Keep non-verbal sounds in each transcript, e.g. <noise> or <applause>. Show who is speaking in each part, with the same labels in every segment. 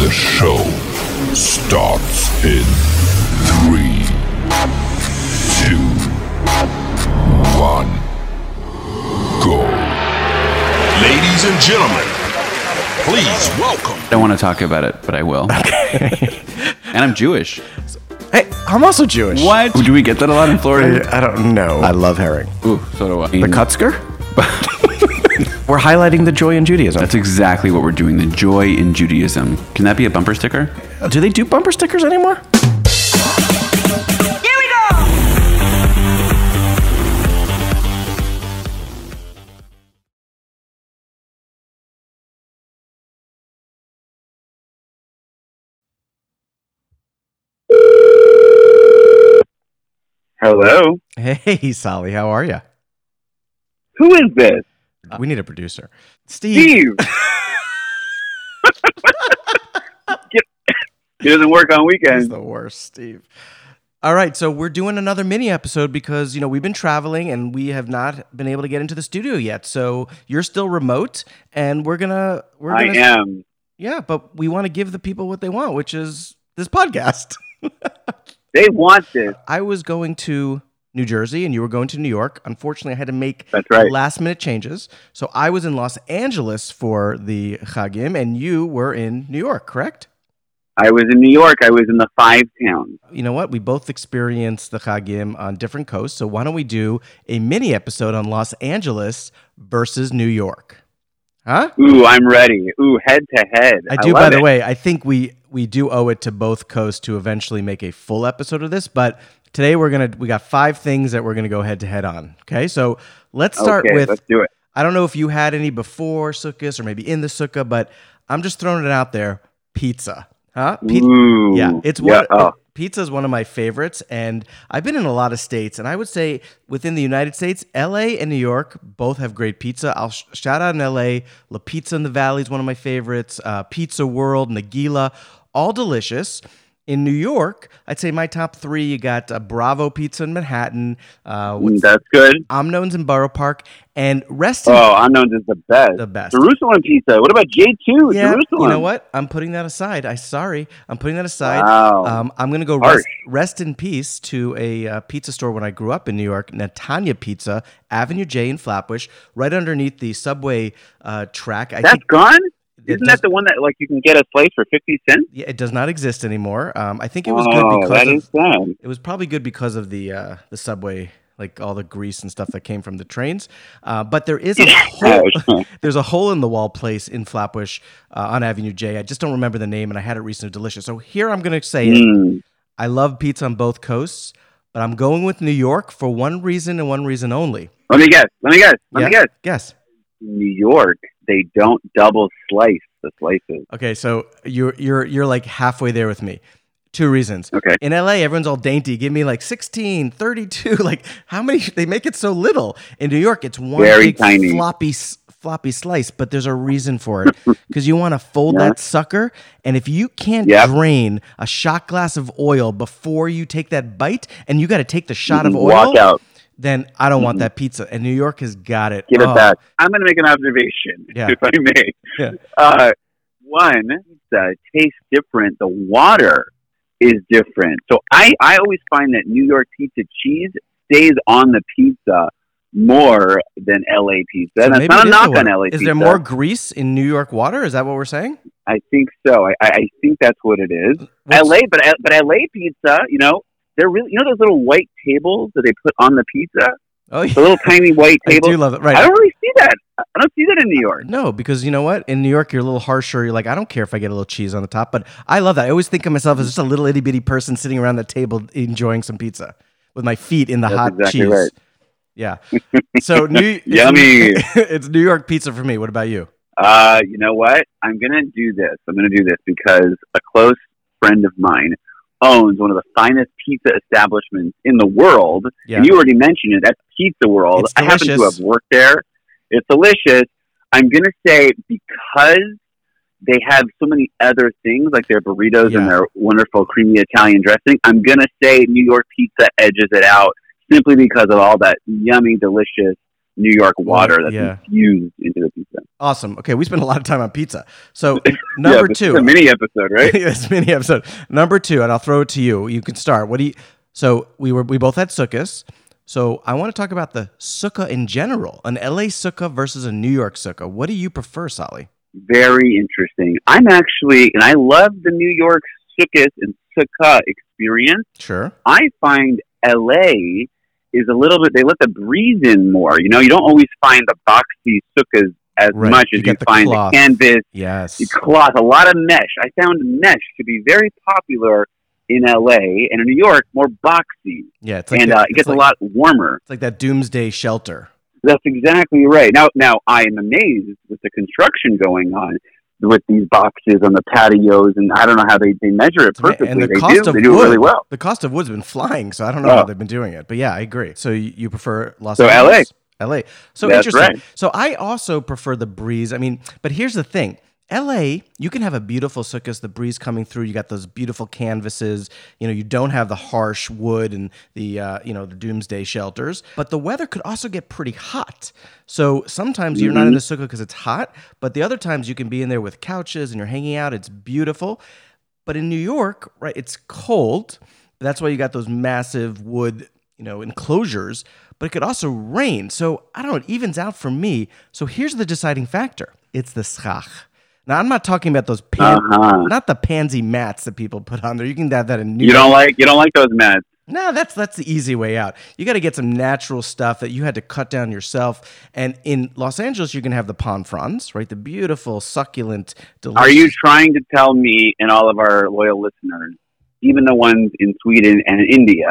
Speaker 1: The show starts in three, two, one, go. Ladies and gentlemen, please welcome.
Speaker 2: I don't want to talk about it, but I will. and I'm Jewish.
Speaker 3: Hey, I'm also Jewish.
Speaker 2: What? Do we get that a lot in Florida?
Speaker 3: I don't know. Mm. I love herring.
Speaker 2: Ooh, so do I.
Speaker 3: The Kutzker? <laughs> We're highlighting the joy in Judaism. <laughs>
Speaker 2: That's exactly what we're doing. The joy in Judaism. Can that be a bumper sticker?
Speaker 3: Do they do bumper stickers anymore?
Speaker 4: Hello.
Speaker 3: Hey, Sally, how are you?
Speaker 4: Who is this?
Speaker 3: We need a producer. <laughs>
Speaker 4: Steve. Get- it doesn't work on
Speaker 3: He's
Speaker 4: weekends.
Speaker 3: the worst, Steve. All right, so we're doing another mini episode because you know we've been traveling and we have not been able to get into the studio yet. So you're still remote, and we're gonna we're
Speaker 4: I
Speaker 3: gonna
Speaker 4: am.
Speaker 3: yeah, but we want to give the people what they want, which is this podcast. <laughs>
Speaker 4: They want this.
Speaker 3: I was going to New Jersey and you were going to New York. Unfortunately, I had to make
Speaker 4: That's right.
Speaker 3: last minute changes. So I was in Los Angeles for the Chagim and you were in New York, correct?
Speaker 4: I was in New York. I was in the five towns.
Speaker 3: You know what? We both experienced the Chagim on different coasts. So why don't we do a mini episode on Los Angeles versus New York? Huh?
Speaker 4: Ooh, I'm ready. Ooh, head to head.
Speaker 3: I do,
Speaker 4: love
Speaker 3: by the
Speaker 4: it.
Speaker 3: way. I think we we do owe it to both coasts to eventually make a full episode of this, but today we're gonna we got five things that we're gonna go head to head on. Okay, so let's start
Speaker 4: okay,
Speaker 3: with
Speaker 4: let's do it.
Speaker 3: I don't know if you had any before sukkahs or maybe in the sukkah, but I'm just throwing it out there. Pizza, huh? Pizza.
Speaker 4: Ooh.
Speaker 3: Yeah, it's one.
Speaker 4: oh,
Speaker 3: Pizza is one of my favorites, and I've been in a lot of states, and I would say within the United States, L.A. and New York both have great pizza. I'll sh- shout out in L.A. La Pizza in the Valley is one of my favorites. Uh, pizza World, Nagila, all delicious. In New York, I'd say my top three. You got uh, Bravo Pizza in Manhattan, uh, what's
Speaker 4: that's good.
Speaker 3: Omnones in Borough Park, and rest in
Speaker 4: Oh, unknowns is the best.
Speaker 3: the best.
Speaker 4: Jerusalem pizza. What about J two?
Speaker 3: Yeah,
Speaker 4: Jerusalem.
Speaker 3: you know what? I'm putting that aside. I sorry, I'm putting that aside.
Speaker 4: Wow.
Speaker 3: Um, I'm gonna go
Speaker 4: Harsh.
Speaker 3: rest, rest in peace to a uh, pizza store when I grew up in New York, Natanya Pizza, Avenue J in Flatbush, right underneath the subway uh, track. I
Speaker 4: that's
Speaker 3: think
Speaker 4: gone.
Speaker 3: it
Speaker 4: Isn't
Speaker 3: does,
Speaker 4: that the one that like you can get a slice for fifty cents?
Speaker 3: yeah, it does not exist anymore. Um, I think it was
Speaker 4: oh,
Speaker 3: good because
Speaker 4: that
Speaker 3: of,
Speaker 4: is
Speaker 3: <laughs>
Speaker 4: sad.
Speaker 3: it was probably good because of the uh, the subway, like all the grease and stuff that came from the trains. Uh, but there is a <laughs> whole
Speaker 4: Ouch.
Speaker 3: there's a hole in the wall place in Flatbush uh, on Avenue J. I just don't remember the name, and I had it recently. Delicious. So here I'm going to say it.
Speaker 4: Mm.
Speaker 3: I love pizza on both coasts, but I'm going with New York for one reason and one reason only.
Speaker 4: Let me guess. Let me guess. Let me
Speaker 3: Yeah?
Speaker 4: guess.
Speaker 3: Guess.
Speaker 4: In New York, they don't double slice the slices.
Speaker 3: Okay, so you're you're you're like halfway there with me. Two reasons.
Speaker 4: Okay.
Speaker 3: In LA, everyone's all dainty. Give me like 16, 32. <laughs> Like how many they make it so little. In New York, it's one
Speaker 4: Very
Speaker 3: big
Speaker 4: tiny.
Speaker 3: floppy s- floppy slice, but there's a reason for
Speaker 4: <laughs>
Speaker 3: it cuz you want to fold
Speaker 4: Yeah.
Speaker 3: that sucker and if you can't
Speaker 4: Yep.
Speaker 3: drain a shot glass of oil before you take that bite and you got to take the shot of oil,
Speaker 4: Walk out.
Speaker 3: then I don't want that pizza. And New York has got it.
Speaker 4: Give it
Speaker 3: Oh,
Speaker 4: back. I'm going to make an observation, <laughs>
Speaker 3: Yeah.
Speaker 4: if I may.
Speaker 3: Yeah.
Speaker 4: Uh, one, the taste different. The water is different. So I, I always find that New York pizza cheese stays on the pizza more than LA pizza.
Speaker 3: so
Speaker 4: and that's
Speaker 3: maybe
Speaker 4: not
Speaker 3: it
Speaker 4: a
Speaker 3: is
Speaker 4: knock
Speaker 3: the
Speaker 4: on
Speaker 3: water.
Speaker 4: LA
Speaker 3: Is
Speaker 4: pizza.
Speaker 3: there more grease in New York water? Is that what we're saying?
Speaker 4: I think so. I, I I think that's what it is.
Speaker 3: What's-
Speaker 4: LA, but but LA pizza, you know, they're really you know those little white tables that they put on the pizza,
Speaker 3: Oh, <laughs> yeah.
Speaker 4: the little tiny white
Speaker 3: I
Speaker 4: tables.
Speaker 3: do love it.
Speaker 4: I,
Speaker 3: Right.
Speaker 4: don't really see that. I don't see that in New York.
Speaker 3: no, because you know what? In New York, you're a little harsher. You're like, I don't care if I get a little cheese on the top, but I love that. I always think of myself as just a little itty bitty person sitting around the table enjoying some pizza with my feet in the
Speaker 4: That's
Speaker 3: hot
Speaker 4: exactly
Speaker 3: cheese.
Speaker 4: right.
Speaker 3: Yeah. So
Speaker 4: <laughs>
Speaker 3: New <laughs>
Speaker 4: Yummy.
Speaker 3: it's New York pizza for me. What about you?
Speaker 4: Uh, you know what? I'm gonna do this. I'm gonna do this because a close friend of mine owns one of the finest pizza establishments in the world.
Speaker 3: Yeah.
Speaker 4: And you already mentioned it. That's Pizza World.
Speaker 3: It's
Speaker 4: I happen to
Speaker 3: delicious.
Speaker 4: have worked there. It's delicious. I'm going to say because they have so many other things, like their burritos
Speaker 3: Yeah.
Speaker 4: and their wonderful creamy Italian dressing, I'm going to say New York pizza edges it out simply because of all that yummy, delicious New York water
Speaker 3: Right,
Speaker 4: that's
Speaker 3: yeah.
Speaker 4: infused into the pizza.
Speaker 3: Awesome. Okay, we spent a lot of time on pizza.
Speaker 4: <laughs>
Speaker 3: So number
Speaker 4: this is
Speaker 3: two,
Speaker 4: a mini episode,
Speaker 3: <laughs>
Speaker 4: right?
Speaker 3: this mini episode. Number two, and I'll throw it to you. You can start. What do you? So we were we both had sukkahs. So I want to talk about the sukkah in general, an LA sukkah versus a New York sukkah. What do you prefer, Solly?
Speaker 4: Very interesting. I'm actually, and I love the New York sukkah and sukkah experience.
Speaker 3: Sure.
Speaker 4: I find LA is a little bit, they let the breeze in more. You know, you don't always find the boxy sukkahs as
Speaker 3: Right.
Speaker 4: much
Speaker 3: You
Speaker 4: as you,
Speaker 3: get the
Speaker 4: find
Speaker 3: cloth.
Speaker 4: the canvas
Speaker 3: Yes.
Speaker 4: The cloth, a lot of mesh. I found mesh to be very popular in LA and in New York, more boxy,
Speaker 3: Yeah. It's like
Speaker 4: and
Speaker 3: that-
Speaker 4: uh, it
Speaker 3: it's
Speaker 4: gets
Speaker 3: like-
Speaker 4: a lot warmer.
Speaker 3: It's like that doomsday shelter.
Speaker 4: That's exactly right. Now, now I am amazed with the construction going on with these boxes on the patios, and I don't know how they, they measure it
Speaker 3: It's ama-
Speaker 4: perfectly.
Speaker 3: and the
Speaker 4: they
Speaker 3: cost
Speaker 4: do.
Speaker 3: of
Speaker 4: they do it
Speaker 3: wood.
Speaker 4: really well.
Speaker 3: The cost of wood's been flying, so I don't know
Speaker 4: Oh.
Speaker 3: how they've been doing it. But yeah, I agree. So you, you prefer Los
Speaker 4: So LA.
Speaker 3: Angeles? LA. LA. So
Speaker 4: That's
Speaker 3: interesting.
Speaker 4: right.
Speaker 3: So I also prefer the breeze. I mean, but here's the thing. LA, you can have a beautiful sukkahs, the breeze coming through. You got those beautiful canvases. You know, you don't have the harsh wood and the uh, you know the doomsday shelters. But the weather could also get pretty hot. So sometimes you're not
Speaker 4: Mm-hmm.
Speaker 3: in the sukkah because it's hot, but the other times you can be in there with couches and you're hanging out. It's beautiful. But in New York, right, it's cold. That's why you got those massive wood, you know, enclosures, but it could also rain. So I don't know, it evens out for me. So here's the deciding factor. It's the schach. Now I'm not talking about those pan-
Speaker 4: Uh-huh.
Speaker 3: not the pansy mats that people put on there. You can have that in New
Speaker 4: You
Speaker 3: York.
Speaker 4: don't like you don't like those mats.
Speaker 3: No, that's that's the easy way out. You got to get some natural stuff that you had to cut down yourself. And in Los Angeles, you can have the palm fronds, right? The beautiful, succulent, delicious.
Speaker 4: Are you trying to tell me and all of our loyal listeners, even the ones in Sweden and India?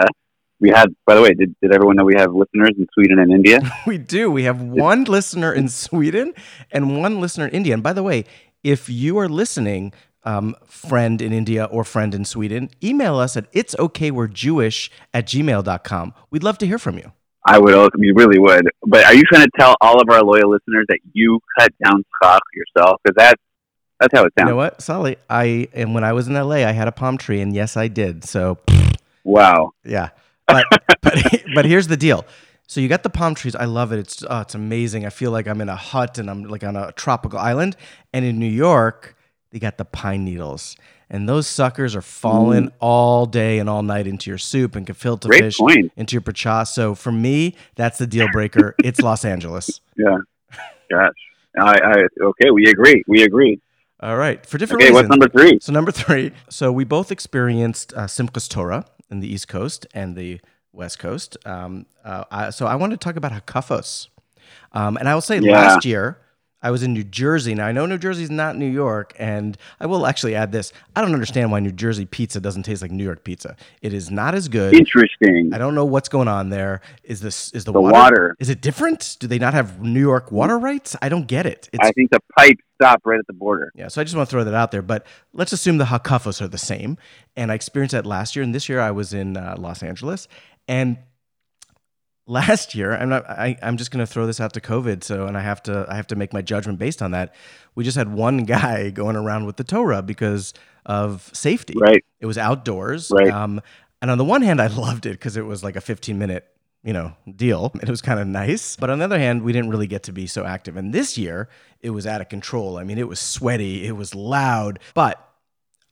Speaker 4: We have, by the way, did, did everyone know we have listeners in Sweden and India?
Speaker 3: <laughs> We do. We have one listener in Sweden and one listener in India. And by the way, if you are listening, um, friend in India or friend in Sweden, email us at it's okay we're Jewish at gmail.com. We'd love to hear from you.
Speaker 4: I would. I mean, you really would. But are you trying to tell all of our loyal listeners that you cut down stock yourself? Because that's that's how it
Speaker 3: You
Speaker 4: sounds.
Speaker 3: know what, Sally? I and when I was in LA, I had a palm tree, and yes, I did. So
Speaker 4: Wow.
Speaker 3: Yeah, but but <laughs> but here's the deal. So you got the palm trees. I love it. It's oh, it's amazing. I feel like I'm in a hut and I'm like on a tropical island. And in New York, they got the pine needles, and those suckers are falling all day and all night into your soup and gefilte
Speaker 4: Mm. Great
Speaker 3: fish,
Speaker 4: point.
Speaker 3: into your pacha. So for me, that's the deal breaker. it's Los
Speaker 4: <laughs>
Speaker 3: Angeles.
Speaker 4: Gosh. I, I okay. We agree. We agree.
Speaker 3: All right, for different
Speaker 4: Okay.
Speaker 3: reasons.
Speaker 4: What's number three?
Speaker 3: So number three. So we both experienced uh, Simchas Torah in the East Coast and the West Coast. Um, uh, I, so I want to talk about Hakafos, um, and I will say
Speaker 4: Yeah.
Speaker 3: last year I was in New Jersey. Now I know New Jersey is not New York, and I will actually add this: I don't understand why New Jersey pizza doesn't taste like New York pizza. It is not as good.
Speaker 4: Interesting.
Speaker 3: I don't know what's going on there. Is this is the,
Speaker 4: The
Speaker 3: water,
Speaker 4: water.
Speaker 3: Is it different? Do they not have New York water rights? I don't get it. It's
Speaker 4: I think the pipes stop right at the border.
Speaker 3: yeah, so I just want to throw that out there. But let's assume the hakafos are the same. And I experienced that last year. And this year I was in uh, Los Angeles. And last year, I'm not. I, I'm just going to throw this out to COVID. So, and I have to. I have to make my judgment based on that. We just had one <laughs> guy going around with the Torah because of safety.
Speaker 4: Right.
Speaker 3: It was outdoors.
Speaker 4: Right.
Speaker 3: Um, and on the one hand, I <laughs> loved it because it was like a 15 minute, you know, deal. <laughs> It was kind of nice. But on the other hand, we didn't really get to be so active. And this year, it was out of control. I mean, it was sweaty, it was loud. But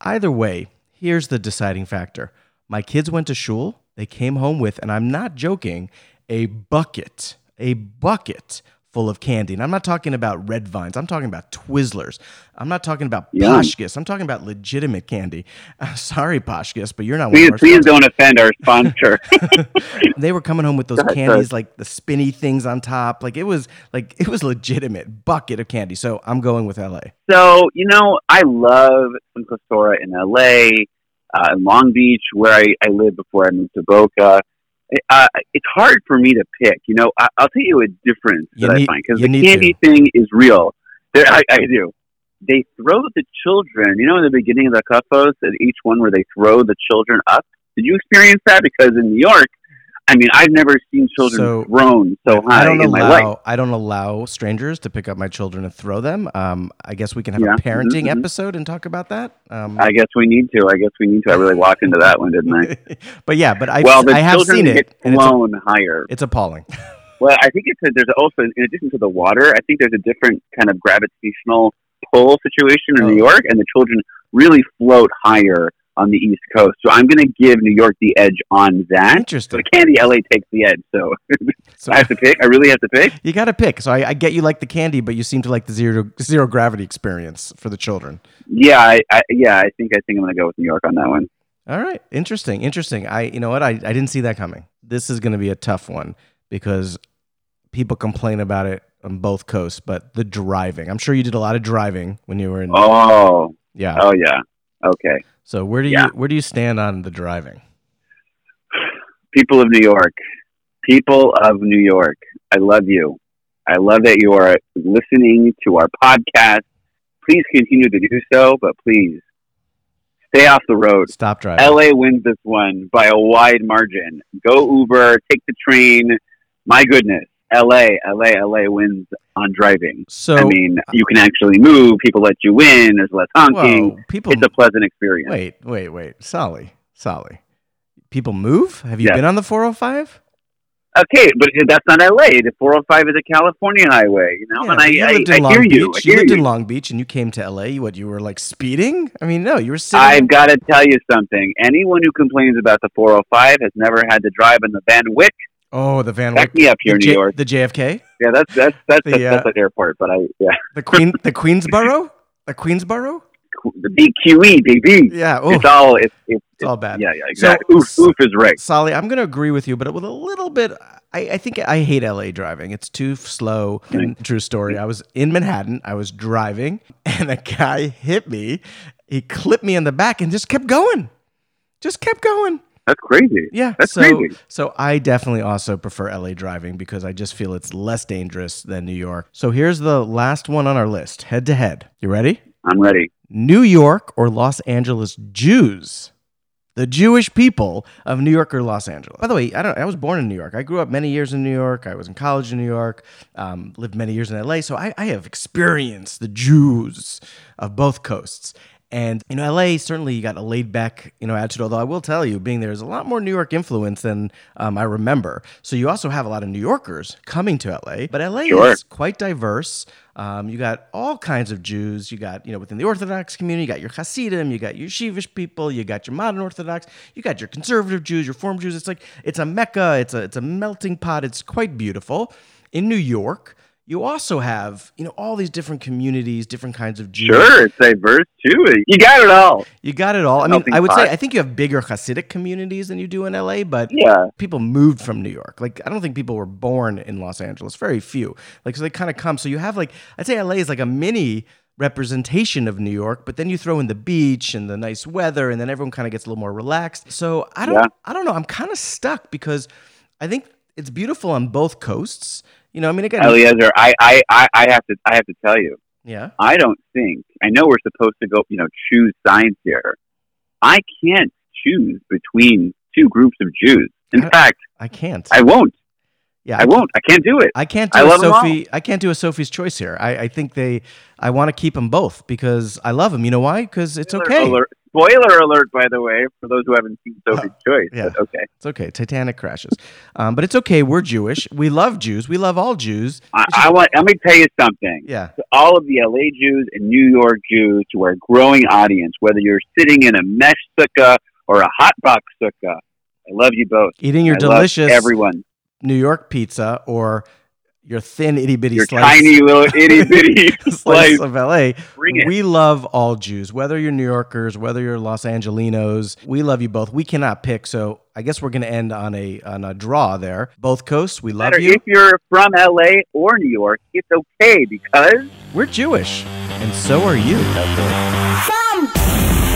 Speaker 3: either way, here's the deciding factor my kids went to shul, they came home with, and I'm not joking, a bucket, a bucket full of candy. And I'm not talking about red vines, I'm talking about Twizzlers, I'm not talking about
Speaker 4: Yum.
Speaker 3: Poshkis, I'm talking about legitimate candy. <laughs> Uh, sorry, Poshkis, but you're not one
Speaker 4: Please,
Speaker 3: of our
Speaker 4: please <laughs>
Speaker 3: sponsors.
Speaker 4: don't offend our sponsor.
Speaker 3: <laughs> They were coming home with those
Speaker 4: ahead,
Speaker 3: candies, like the spinny things on top. Like it was like it was legitimate bucket of candy. So I'm going with LA.
Speaker 4: So, you know, I love Simcha Sora in LA, uh, in Long Beach, where I, I lived before I moved to Boca. Uh, it's hard for me to pick. You know, I, I'll tell you a difference
Speaker 3: You
Speaker 4: that
Speaker 3: need-
Speaker 4: I find because
Speaker 3: you
Speaker 4: the
Speaker 3: need
Speaker 4: candy thing is real. There, I, I do. They throw the children, you know, in the beginning of the Cuffos, at each one where they throw the children up. Did you experience that? Because in New York, I mean, I've never seen children
Speaker 3: So-
Speaker 4: thrown so high
Speaker 3: I don't
Speaker 4: in my
Speaker 3: allow
Speaker 4: life.
Speaker 3: I don't allow strangers to pick up my children and throw them. Um, I guess we can have
Speaker 4: Yeah.
Speaker 3: a parenting
Speaker 4: Mhm, mhm.
Speaker 3: episode and talk about that. Um,
Speaker 4: I guess we need to. I guess we need to. I really walked into that one, didn't I?
Speaker 3: <laughs> but yeah, but I
Speaker 4: well, the
Speaker 3: I have
Speaker 4: children
Speaker 3: seen
Speaker 4: get
Speaker 3: it. And it's,
Speaker 4: flown higher.
Speaker 3: it's appalling.
Speaker 4: Well, I think it's a, there's also in addition to the water, I think there's a different kind of gravitational pull situation in
Speaker 3: Oh.
Speaker 4: New York, and the children really float higher on the East Coast. So I'm going to give New York the edge on
Speaker 3: <laughs>
Speaker 4: that.
Speaker 3: Interesting.
Speaker 4: But Candy LA takes the edge, so <laughs>
Speaker 3: So
Speaker 4: I have to pick. I really have to pick.
Speaker 3: you got to pick. So I, I get you like the candy, but you seem to like the zero zero gravity experience for the children.
Speaker 4: Yeah, I, I yeah, I think I think I'm going to go with New York on that one.
Speaker 3: All right, interesting, interesting. I you know what I I didn't see that coming. This is going to be a tough one because people complain about it on both coasts, but the driving. I'm sure you did a lot of driving when you were in.
Speaker 4: Oh,
Speaker 3: yeah.
Speaker 4: oh yeah. Okay.
Speaker 3: So where do
Speaker 4: yeah.
Speaker 3: you where do you stand on the driving?
Speaker 4: People of New York. People of New York. I love you. I love that you are listening to our podcast. Please continue to do so, but please stay off the road.
Speaker 3: Stop driving.
Speaker 4: LA wins this one by a wide margin. Go Uber, take the train. My goodness. LA, LA, LA wins on driving.
Speaker 3: so
Speaker 4: I mean, you can actually move. People let you in. There's less honking.
Speaker 3: whoa, people
Speaker 4: It's a pleasant experience.
Speaker 3: Wait, wait, wait. Solly, Solly. People move? Have you
Speaker 4: Yes.
Speaker 3: been on the 405?
Speaker 4: Okay, but that's not LA. The 405 is a California highway, you know.
Speaker 3: Yeah,
Speaker 4: and
Speaker 3: but
Speaker 4: I,
Speaker 3: you
Speaker 4: I,
Speaker 3: lived in
Speaker 4: I
Speaker 3: Long
Speaker 4: hear
Speaker 3: Beach.
Speaker 4: you. I hear
Speaker 3: lived
Speaker 4: you.
Speaker 3: in Long Beach and you came to LA. What, you were like speeding? I mean, no, you were sitting.
Speaker 4: I've got to tell you something. Anyone who complains about the 405 has never had to drive on the Van Wyck.
Speaker 3: oh, the Van Wyck.
Speaker 4: Back me up here,
Speaker 3: the,
Speaker 4: New
Speaker 3: J-
Speaker 4: York.
Speaker 3: the JFK?
Speaker 4: Yeah, that's that's that's
Speaker 3: The,
Speaker 4: that's,
Speaker 3: uh,
Speaker 4: that's an airport. But I yeah, <laughs>
Speaker 3: The Queen, the Queensboro? The Queensboro?
Speaker 4: the BQE baby. <laughs>
Speaker 3: Yeah. Oh,
Speaker 4: It's
Speaker 3: it's,
Speaker 4: all it's it's,
Speaker 3: all bad.
Speaker 4: yeah yeah exactly.
Speaker 3: so-
Speaker 4: oof, oof is right.
Speaker 3: Solly, I'm going to agree with you, but with a little bit, I, I think I hate LA driving. It's too slow. And true story. I was in Manhattan. I was driving, <laughs> and a guy hit me. He clipped me in the back and just kept going. Just kept going.
Speaker 4: That's crazy.
Speaker 3: Yeah.
Speaker 4: That's
Speaker 3: so,
Speaker 4: crazy.
Speaker 3: so I definitely also prefer LA driving because I just feel it's less dangerous than New York. So here's the last one on our list head to head. You ready?
Speaker 4: I'm ready.
Speaker 3: New York or Los Angeles Jews, the Jewish people of New York or Los Angeles. By the way, I don't. I was born in New York. I grew up many years in New York. I was in college in New York. Um, lived many years in L.A. So I, I have experienced the Jews of both coasts. And you know, LA certainly you got a laid back, you know, attitude. Although I will tell you, being there is a lot more New York influence than um, I remember. So you also have a lot of New Yorkers coming to LA. But LA
Speaker 4: Sure.
Speaker 3: is quite diverse. Um, you got all kinds of Jews. You got, you know, within the Orthodox community, you got your Hasidim, you got your Yeshivish people, you got your modern Orthodox, you got your conservative Jews, your Reform Jews. It's like it's a mecca. It's a it's a melting pot. It's quite beautiful. In New York, you also have you know all these different communities, different kinds of Jews.
Speaker 4: Sure, it's diverse too. You got it all.
Speaker 3: You got it all. I mean,
Speaker 4: Melting
Speaker 3: I would
Speaker 4: pot.
Speaker 3: say I think you have bigger Hasidic communities than you do in LA, but
Speaker 4: Yeah.
Speaker 3: people moved from New York. Like I don't think people were born in Los Angeles. Very few. Like so they kind of come. So you have like I'd say LA is like a mini representation of New York, but then you throw in the beach and the nice weather, and then everyone kind of gets a little more relaxed. So I don't
Speaker 4: Yeah.
Speaker 3: I don't know. I'm kind of stuck because I think it's beautiful on both coasts. You know, I mean, again,
Speaker 4: Eliezer, I, I, I, I have to I have to tell you.
Speaker 3: yeah.
Speaker 4: I don't think I know we're supposed to go, you know, choose sides here. I can't choose between two groups of Jews. In
Speaker 3: I-
Speaker 4: fact,
Speaker 3: I can't.
Speaker 4: I won't.
Speaker 3: yeah,
Speaker 4: I won't. I can't do it.
Speaker 3: I can't
Speaker 4: I
Speaker 3: do a
Speaker 4: love 'em all.
Speaker 3: Sophie. I can't do a Sophie's choice here. I, I think they. I want to keep them both because I love them. You know why? Because it's
Speaker 4: Spoiler
Speaker 3: okay.
Speaker 4: Alert. Spoiler alert, by the way, for those who haven't seen Sophie's Choice.
Speaker 3: Uh, yeah.
Speaker 4: But okay,
Speaker 3: It's okay. Titanic crashes, um, but it's okay. We're Jewish. We love Jews. We love all Jews.
Speaker 4: I, I want. Let me tell you something.
Speaker 3: Yeah.
Speaker 4: to all of the LA Jews and New York Jews to our growing audience, whether you're sitting in a mesh sukkah or a hot box sukkah. I love you both.
Speaker 3: Eating your
Speaker 4: I love
Speaker 3: delicious
Speaker 4: everyone.
Speaker 3: New York pizza or your thin itty bitty
Speaker 4: Your
Speaker 3: slice,
Speaker 4: tiny little itty bitty
Speaker 3: <laughs>
Speaker 4: <laughs>
Speaker 3: slice
Speaker 4: slice.
Speaker 3: of LA.
Speaker 4: Bring it.
Speaker 3: We love all Jews, whether you're New Yorkers, whether you're Los Angelinos. We love you both. We cannot pick, so I guess we're going to end on a on a draw there. Both coasts, we love
Speaker 4: matter
Speaker 3: you.
Speaker 4: if you're from LA or New York, it's okay because
Speaker 3: We're Jewish, and so are you.
Speaker 5: Some